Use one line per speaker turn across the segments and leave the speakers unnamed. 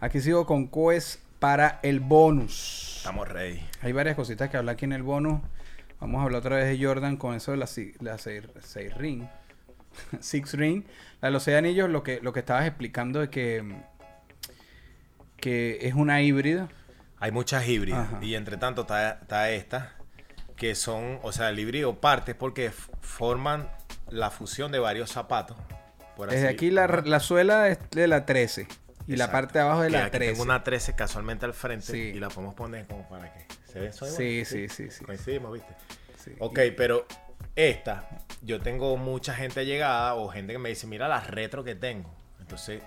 Aquí sigo con Coes para el bonus.
Estamos rey.
Hay varias cositas que hablar aquí en el bonus. Vamos a hablar otra vez de Jordan con eso de la, si- la seis, seis ring. Six ring. La de los seis anillos, lo que, lo que estabas explicando de que, mm, que es una híbrida.
Hay muchas híbridas.
Ajá.
Y entre tanto está, está esta, que son, o sea, el híbrido parte porque f- forman la fusión de varios zapatos. por
Desde
así-
aquí la, la suela es de la 13. Y la
Exacto.
parte de abajo de
Que
la
aquí
13.
Tengo una 13 casualmente al frente
Sí.
y la podemos poner como para que se ve eso ahí,
Sí,
bueno,
sí, sí, sí.
Coincidimos, ¿viste?
Sí.
Ok, pero esta, yo tengo mucha gente llegada o gente que me dice, mira las retro que tengo. Entonces,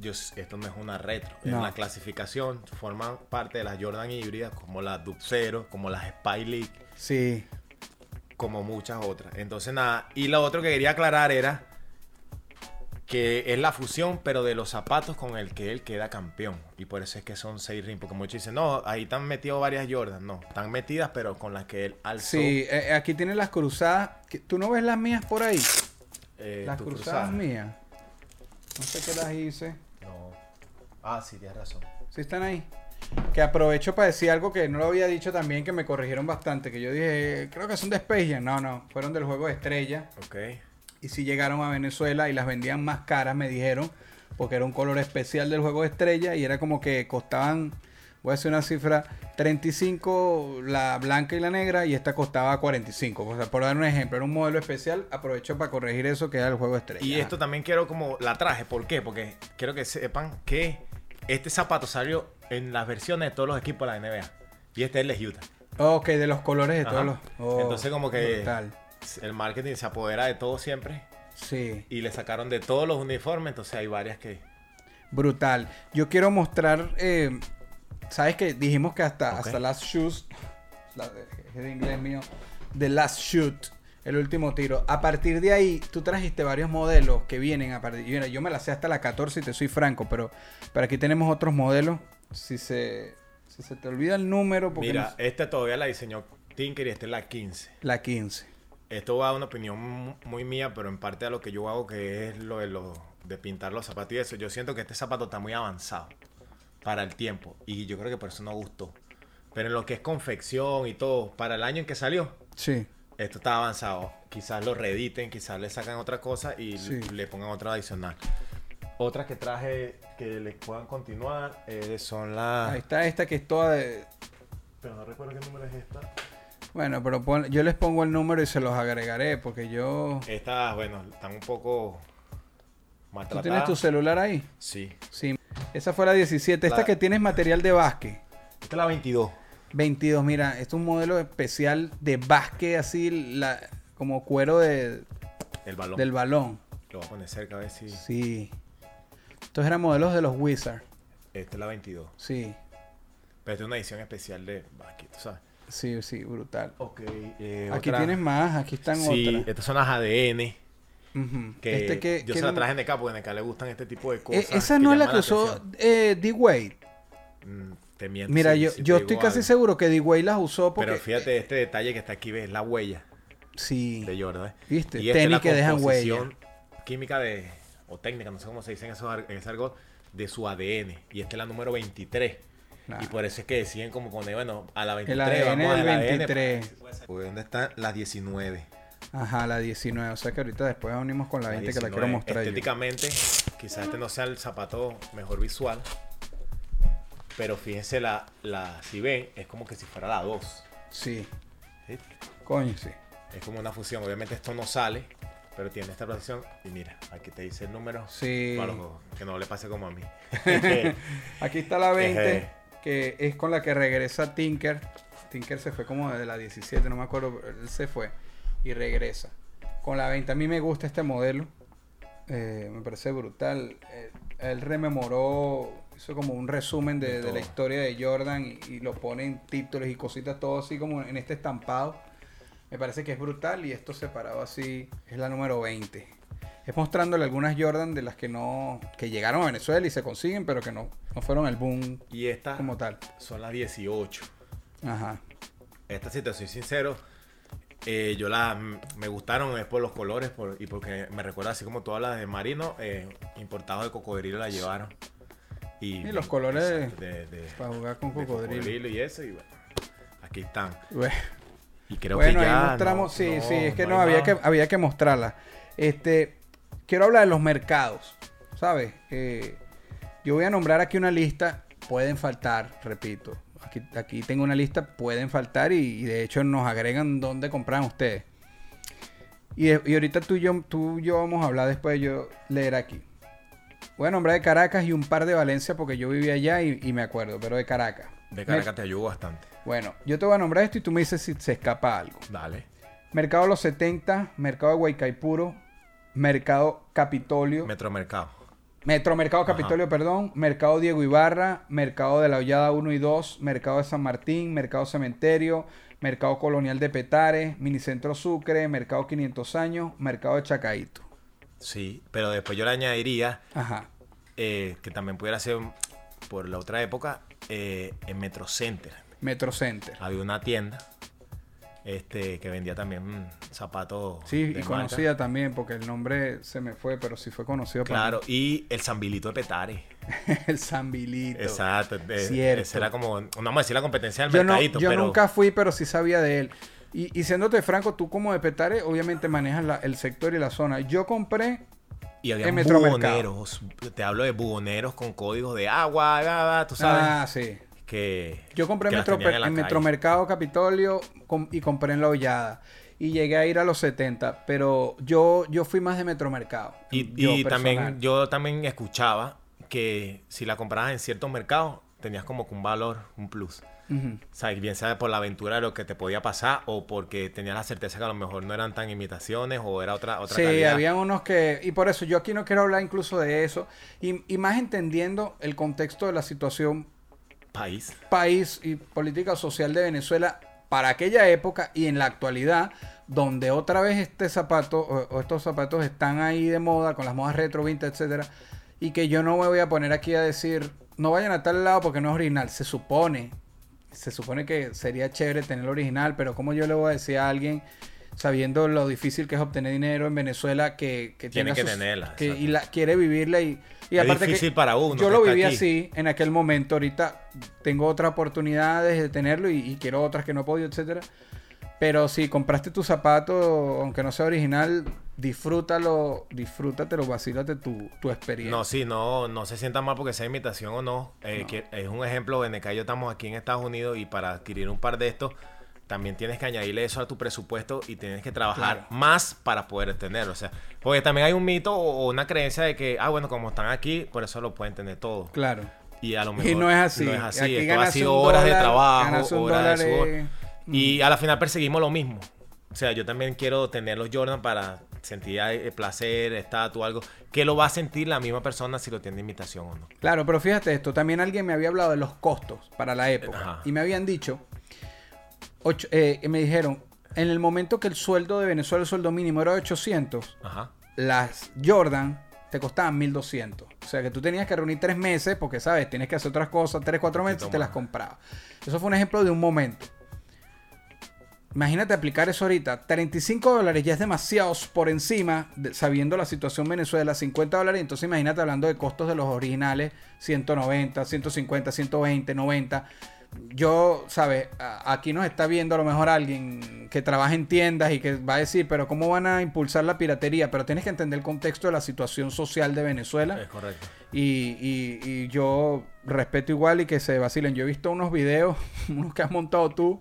yo, s- esto no es una retro, es
No.
una clasificación. Forman parte de las Jordan híbridas, como las Dupe Zero, como las Spy League,
Sí.
como muchas otras. Entonces, nada, y lo otro que quería aclarar era que es la fusión, pero de los zapatos con el que él queda campeón. Y por eso es que son seis rings, porque muchos dicen, no, ahí están metidos varias Jordan. No, están metidas, pero con las que él alzó.
Sí, eh, aquí tienes las cruzadas. que- ¿Tú no ves las mías por ahí?
eh,
las
tu
cruzadas
cruzada.
mías. No sé qué las hice.
No. Ah, sí, tienes razón.
¿Sí están ahí? Que aprovecho para decir algo que no lo había dicho también, que me corrigieron bastante. Que yo dije, creo que son de Space Jam". No, no, fueron del juego de estrella.
Ok.
Y si llegaron a Venezuela y las vendían más caras, me dijeron, porque era un color especial del juego de estrella y era como que costaban, voy a hacer una cifra, 35 la blanca y la negra y esta costaba 45. O sea, por dar un ejemplo, era un modelo especial, aprovecho para corregir eso que era el juego de estrella.
Y esto también quiero como la traje. ¿Por qué? Porque quiero que sepan que este zapato salió en las versiones de todos los equipos de la NBA. Y este es el de Utah.
Oh, Ok, de los colores de
Ajá.
todos los... oh,
Entonces como que
brutal.
el marketing se apodera de todo siempre.
Sí.
Y le sacaron de todos los uniformes. Entonces hay varias que...
Brutal. Yo quiero mostrar. eh, ¿Sabes qué? Dijimos que hasta,
Ok.
hasta Last Shoes. La, es de inglés mío. The Last Shoot. El último tiro. A partir de ahí, tú trajiste varios modelos que vienen a partir. Mira, yo me la sé hasta la 14 y te soy franco, pero, pero aquí tenemos otros modelos. Si se, si se te olvida el número, porque
Mira,
no-
esta todavía la diseñó Tinker y esta es la 15.
la 15.
Esto va a una opinión mu- muy mía, pero en parte a lo que yo hago, que es lo de, lo, de pintar los zapatos y eso. Yo siento que este zapato está muy avanzado para el tiempo. Y yo creo que por eso no gustó. Pero en lo que es confección y todo, para el año en que salió,
Sí.
esto está avanzado. Quizás lo reediten, quizás le sacan otra cosa y
Sí.
le pongan otra adicional. Otras que traje que les puedan continuar eh, son
Ahí
las...
está esta que es toda de.
Pero no recuerdo qué número es esta.
Bueno, pero pon- yo les pongo el número y se los agregaré, porque yo.
Estas, bueno, están un poco
¿Tú
maltratadas.
tienes tu celular ahí?
Sí.
Sí, esa fue la 17. Esta
La-
que tienes material de básquet.
Esta es la 22.
22, mira, este es un modelo especial de básquet así, la, como cuero de-
El balón.
del balón.
Lo voy a poner cerca a ver si.
Sí. Estos eran modelos de los Wizards.
Esta es la 22.
Sí,
Pero esta es una edición especial de aquí, tú sabes.
sí, sí, brutal.
Ok.
Aquí tienes más, aquí están
Sí,
otras.
estas son las ADN.
Ujú.
Que
Este que-
yo
que
se la
era-
traje en NK porque en NK le gustan este tipo de
Eh,
cosas.
esa no es la
llaman
que usó
atención.
eh, D-Wade.
Mm, te miento.
Mira,
sí,
yo,
sí te
yo
digo
estoy casi
algo.
seguro que D-Wade las usó porque...
Pero fíjate este detalle que está aquí, ves la huella
Sí.
de Jordan. ¿eh?
Viste,
esta es
este, tenis
la
que dejan
composición Química de. o técnica, no sé cómo se dice en, esos ar- en ese argot, de su ADN. Y esta es la número 23.
Nah.
Y pues por eso es que deciden como poner, bueno, a la 23.
ADN
vamos a
del
la ADN,
23.
para ver si puede ser. Pues, ¿Dónde están las 19?
Ajá, la 19. O sea que ahorita después unimos con la 20 que la quiero
19.
mostrar yo.
Estéticamente, quizás este no sea el zapato mejor visual. Pero fíjense, la, la, si ven, es como que si fuera la 2.
Sí,
¿sí?
coño, sí.
Es como una fusión. Obviamente esto no sale, pero tiene esta protección. Y mira, aquí te dice el número.
Sí.
Para los- que no le pase como a mí.
Aquí está la 20,
Ejé.
que es con la que regresa Tinker. Tinker se fue como de la 17, no me acuerdo, pero él se fue y regresa. Con la 20, a mí me gusta este modelo. eh, me parece brutal. Eh, él rememoró, hizo como un resumen de,
De
de la
todo.
historia de Jordan y, y lo pone en títulos y cositas, todo así como en este estampado. Me parece que es brutal y esto separado así es la número 20. Es mostrándole algunas Jordan de las que no, que llegaron a Venezuela y se consiguen, pero que no, no fueron el boom
y estas
como tal.
son las 18.
Ajá.
Esta, si te soy sincero, eh, yo las me gustaron es por los colores por- y porque me recuerda así como todas las de Marino, eh, importados de cocodrilo la llevaron.
Y los colores
exacto, de, de-
para jugar con
de
cocodrilo.
cocodrilo y eso, y bueno, aquí están.
Bueno.
Y creo
bueno,
que ya.
ahí mostramos,
no-
sí,
no,
sí, es que
hay
no, había
más.
que, había que mostrarla. Este, quiero hablar de los mercados, ¿sabes? Eh, yo voy a nombrar aquí una lista, pueden faltar, repito. Aquí, aquí tengo una lista, pueden faltar y, y de hecho nos agregan dónde compran ustedes. Y, de- y ahorita tú y, yo, tú y yo vamos a hablar después, yo leer aquí. Voy a nombrar de Caracas y un par de Valencia porque yo vivía allá y, y me acuerdo, pero de Caracas.
De Caracas te ayudó bastante.
Me- bueno, yo te voy a nombrar esto y tú me dices si se escapa algo.
Dale.
Mercado de los 70, Mercado de Guaycaipuro, Mercado Capitolio,
Metromercado.
Metro Mercado Capitolio, perdón, Mercado Diego Ibarra, Mercado de la Hollada 1 y 2, Mercado de San Martín, Mercado Cementerio, Mercado Colonial de Petare, Minicentro Sucre, Mercado 500 Años, Mercado de Chacaito.
Sí, pero después yo le añadiría
Ajá.
eh, que también pudiera ser por la otra época eh, en Metro Center.
Metro Center.
Había una tienda este, que vendía también mm, zapatos.
Sí,
de
y
marca.
conocida también, porque el nombre se me fue, pero sí fue conocido
Claro, y el Zambilito de Petare.
para mí. el Sambilito.
Exacto. de-
Cierto.
Esa era como, no vamos a decir la competencia del
Yo, no-
mercadito,
yo
pero
nunca fui, pero sí sabía de él. Y, y siéndote franco, tú como de Petare, obviamente manejas la- el sector y la zona. Yo compré,
y había
en Metromercado.
buhoneros. Te hablo de buhoneros con códigos de agua, agua, tú sabes.
ah, sí.
que
Yo compré
que
en,
las
Metro-
tenían en la
en
calle.
Metromercado Capitolio com- y compré en La Hollada. Y llegué a ir a los 70, pero yo, yo fui más de Metromercado.
Y,
yo
y también
personal.
yo también escuchaba que si la comprabas en ciertos mercados tenías como que un valor, un plus.
Ujú.
O sea, y bien sea por la aventura de lo que te podía pasar o porque tenías la certeza que a lo mejor no eran tan imitaciones o era otra otra
Sí,
calidad.
había unos que... Y por eso yo aquí no quiero hablar incluso de eso. Y, y más entendiendo el contexto de la situación
país.
país y política social de Venezuela para aquella época y en la actualidad, donde otra vez este zapato o, o estos zapatos están ahí de moda con las modas retro, vintage, etcétera, y que yo no me voy a poner aquí a decir no vayan a tal lado porque no es original, se supone, se supone que sería chévere tener el original, pero como yo le voy a decir a alguien sabiendo lo difícil que es obtener dinero en Venezuela que, que
Tiene
tenga
que
sus-
tenerla,
que- y
exacto.
la quiere vivirla y, y
Es
aparte que
difícil para uno
yo
que
lo
está
viví
aquí.
así sí, en aquel momento. Ahorita tengo otras oportunidades de tenerlo y, y quiero otras que no he podido, etcétera. Pero si compraste tu zapato, aunque no sea original, disfrútalo, disfrútatelo, vacílate tu, tu experiencia.
No, sí, no, no se sienta mal porque sea imitación o no. Eh,
No.
que es un ejemplo, en el que yo estamos aquí en Estados Unidos y para adquirir un par de estos, también tienes que añadirle eso a tu presupuesto y tienes que trabajar
Claro.
más para poder tenerlo. O sea, porque también hay un mito o o una creencia de que, ah, bueno, como están aquí, por eso lo pueden tener todo.
Claro.
Y a lo mejor
no es así.
No es así.
Aquí
Esto ha
ganas
sido
un
horas de
dólar, ganas
trabajo,
un
horas de
dólar,
sudor.
eh,
Y a la final perseguimos lo mismo. O sea, yo también quiero tener los Jordan para sentir eh, placer, estatus, algo. Que lo va a sentir la misma persona si lo tiene de imitación o no.
Claro, pero fíjate esto, también alguien me había hablado de los costos para la época
Ajá.
y me habían dicho, ocho- eh, me dijeron, en el momento que el sueldo de Venezuela, el sueldo mínimo era de 800,
Ajá.
las Jordan te costaban 1200. O sea que tú tenías que reunir tres meses porque, ¿sabes? Tienes que hacer otras cosas, tres, cuatro
Poquito
meses y te las
más.
comprabas. Eso fue un ejemplo de un momento. Imagínate aplicar eso ahorita. 35 dólares ya es demasiado por encima, de- sabiendo la situación Venezuela, 50 dólares. Entonces imagínate hablando de costos de los originales, 190, 150, 120, 90. Yo, ¿sabes? A- Aquí nos está viendo a lo mejor alguien que trabaja en tiendas y que va a decir, pero ¿cómo van a impulsar la piratería? Pero tienes que entender el contexto de la situación social de Venezuela.
Es correcto.
Y, y- y yo respeto igual y que se vacilen. Yo he visto unos videos, unos que has montado tú.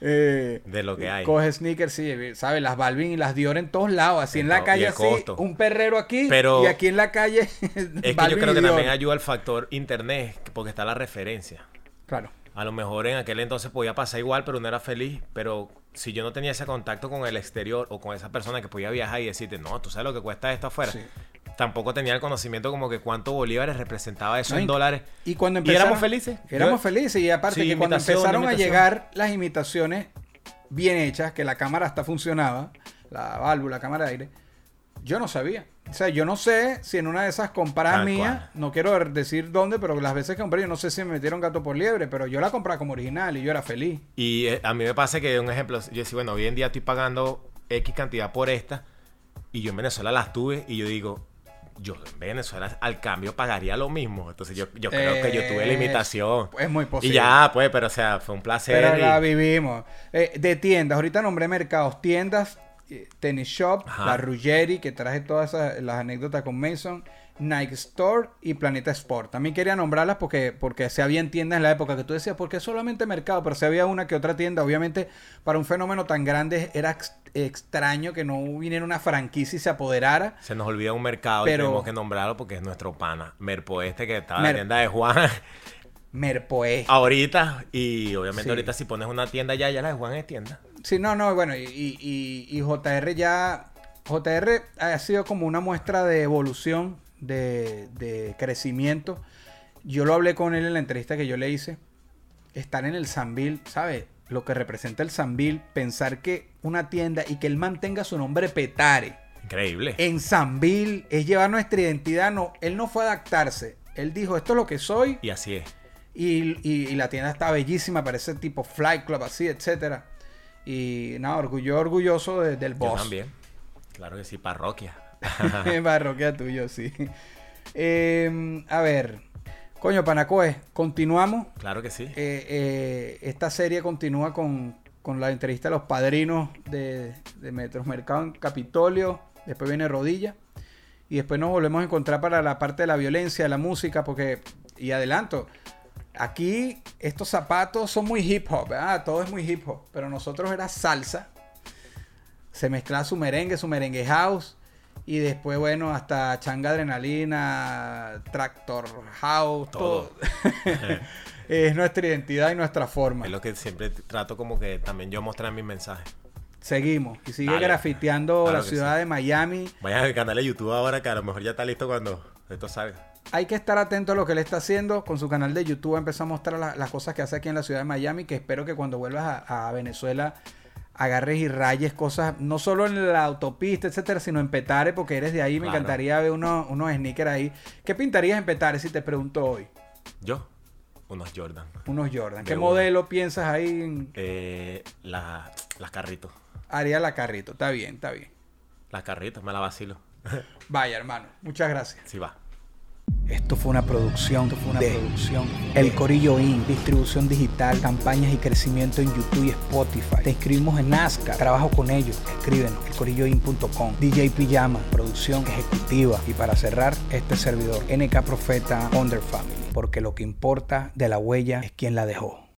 eh,
De lo que hay.
Coge sneakers, sí, ¿sabes? Las Balvin y las Dior en todos lados. Así en,
En
la
todo- y
calle,
el
así.
costo.
Un perrero aquí.
Pero-
y aquí en la calle.
Es que yo creo que también ayuda el factor internet, que- porque está la referencia.
Claro.
A lo mejor en aquel entonces podía pasar igual, pero uno era feliz. Pero si yo no tenía ese contacto con el exterior o con esa persona que podía viajar y decirte, no, tú sabes lo que cuesta esto afuera.
Sí.
Tampoco tenía el conocimiento como que cuántos bolívares representaba eso
No,
en
y-
dólares.
Y cuando
Y éramos
empezaron-
felices.
Éramos
Yo-
felices. Y aparte
Sí,
que cuando
imitación,
empezaron a
imitación.
llegar las imitaciones bien hechas, que la cámara hasta funcionaba, la válvula, la cámara de aire, yo no sabía. O sea, yo no sé si en una de esas compras
Tal
mías,
cual.
no quiero decir dónde, pero las veces que compré, yo no sé si me metieron gato por liebre, pero yo la compraba como original y yo era feliz.
Y eh, a mí me pasa que, un ejemplo, yo decía, bueno, hoy en día estoy pagando X cantidad por esta, y yo en Venezuela las tuve, y yo digo, yo en Venezuela al cambio pagaría lo mismo. Entonces yo, yo creo que yo tuve la imitación.
Eh, Es muy
Y
posible.
ya, pues, pero o sea, fue un placer.
Pero
y-
la vivimos. Eh, de tiendas, ahorita nombré mercados, tiendas, eh, tenis shop,
Ajá.
la Ruggeri, que traje todas esas- las anécdotas con Mason, Nike Store y Planeta Sport. También quería nombrarlas porque, porque se habían tiendas en la época que tú decías, porque solamente mercado, pero se había una que otra tienda. Obviamente, para un fenómeno tan grande era ex- extraño que no viniera una franquicia y se apoderara.
Se nos olvida un mercado
Pero-
y tenemos que nombrarlo porque es nuestro pana. Merpo este que estaba en
Mer-
la tienda de Juan
Merpoe.
ahorita. Y obviamente
Sí.
ahorita si pones una tienda ya, ya la de Juan es tienda.
Sí, no, no, bueno, y, y- y- y JR ya. JR ha sido como una muestra de evolución, de, de crecimiento. Yo lo hablé con él en la entrevista que yo le hice. Estar en el Sambil, ¿sabes? Lo que representa el Sambil, pensar que una tienda y que él mantenga su nombre Petare
Increíble.
en Sambil es llevar nuestra identidad. No, él no fue a adaptarse. Él dijo, esto es lo que soy
Y así es.
y, y- y la tienda está bellísima, parece tipo Flight Club, así, etcétera. Y nada, orgullo, orgulloso de- del boss.
Yo también. Claro que sí, parroquia.
Parroquia tuyo, sí. Eh, a ver, coño, Panacoe, continuamos.
Claro que sí.
Eh, eh, esta serie continúa con, con la entrevista a los padrinos de, de Metros Mercado en Capitolio. Después viene Rodilla. Y después nos volvemos a encontrar para la parte de la violencia, de la música, porque, y adelanto, aquí estos zapatos son muy hip hop, ¿verdad? todo es muy hip hop, pero nosotros era salsa, se mezclaba su merengue, su merengue house, y después, bueno, hasta changa adrenalina, tractor house, todo.
Todo.
es nuestra identidad y nuestra forma.
es lo que siempre trato como que también yo mostrar en mis mensajes.
Seguimos. Y sigue
Dale.
grafiteando
Claro
la
que
ciudad
sí.
de Miami.
Vayan al canal de YouTube ahora que a lo mejor ya está listo cuando esto salga.
Hay que estar atento a lo que él está haciendo. Con su canal de YouTube empezó a mostrar la- las cosas que hace aquí en la ciudad de Miami. Que espero que cuando vuelvas a, a Venezuela agarres y rayes cosas, no solo en la autopista, etcétera, sino en Petare, porque eres de ahí. Me
Claro.
encantaría ver unos, unos sneakers ahí. ¿Qué pintarías en Petare si te pregunto hoy?
Yo, unos Jordan.
Unos Jordan.
De
¿Qué
una.
modelo piensas ahí? en-
Eh, la- las carritos.
Haría la carrito. Está bien, está bien.
Las carritos, me la vacilo.
Vaya, hermano. Muchas gracias.
Sí va.
Esto fue una producción, de El Corillo Inc. Distribución digital, campañas y crecimiento en YouTube y Spotify. Te inscribimos en NASCAR. Trabajo con ellos. Escríbenos. Elcorilloinc.com. DJ Pijama. Producción ejecutiva. Y para cerrar, este servidor. NK Profeta Under Family. Porque lo que importa de la huella es quien la dejó.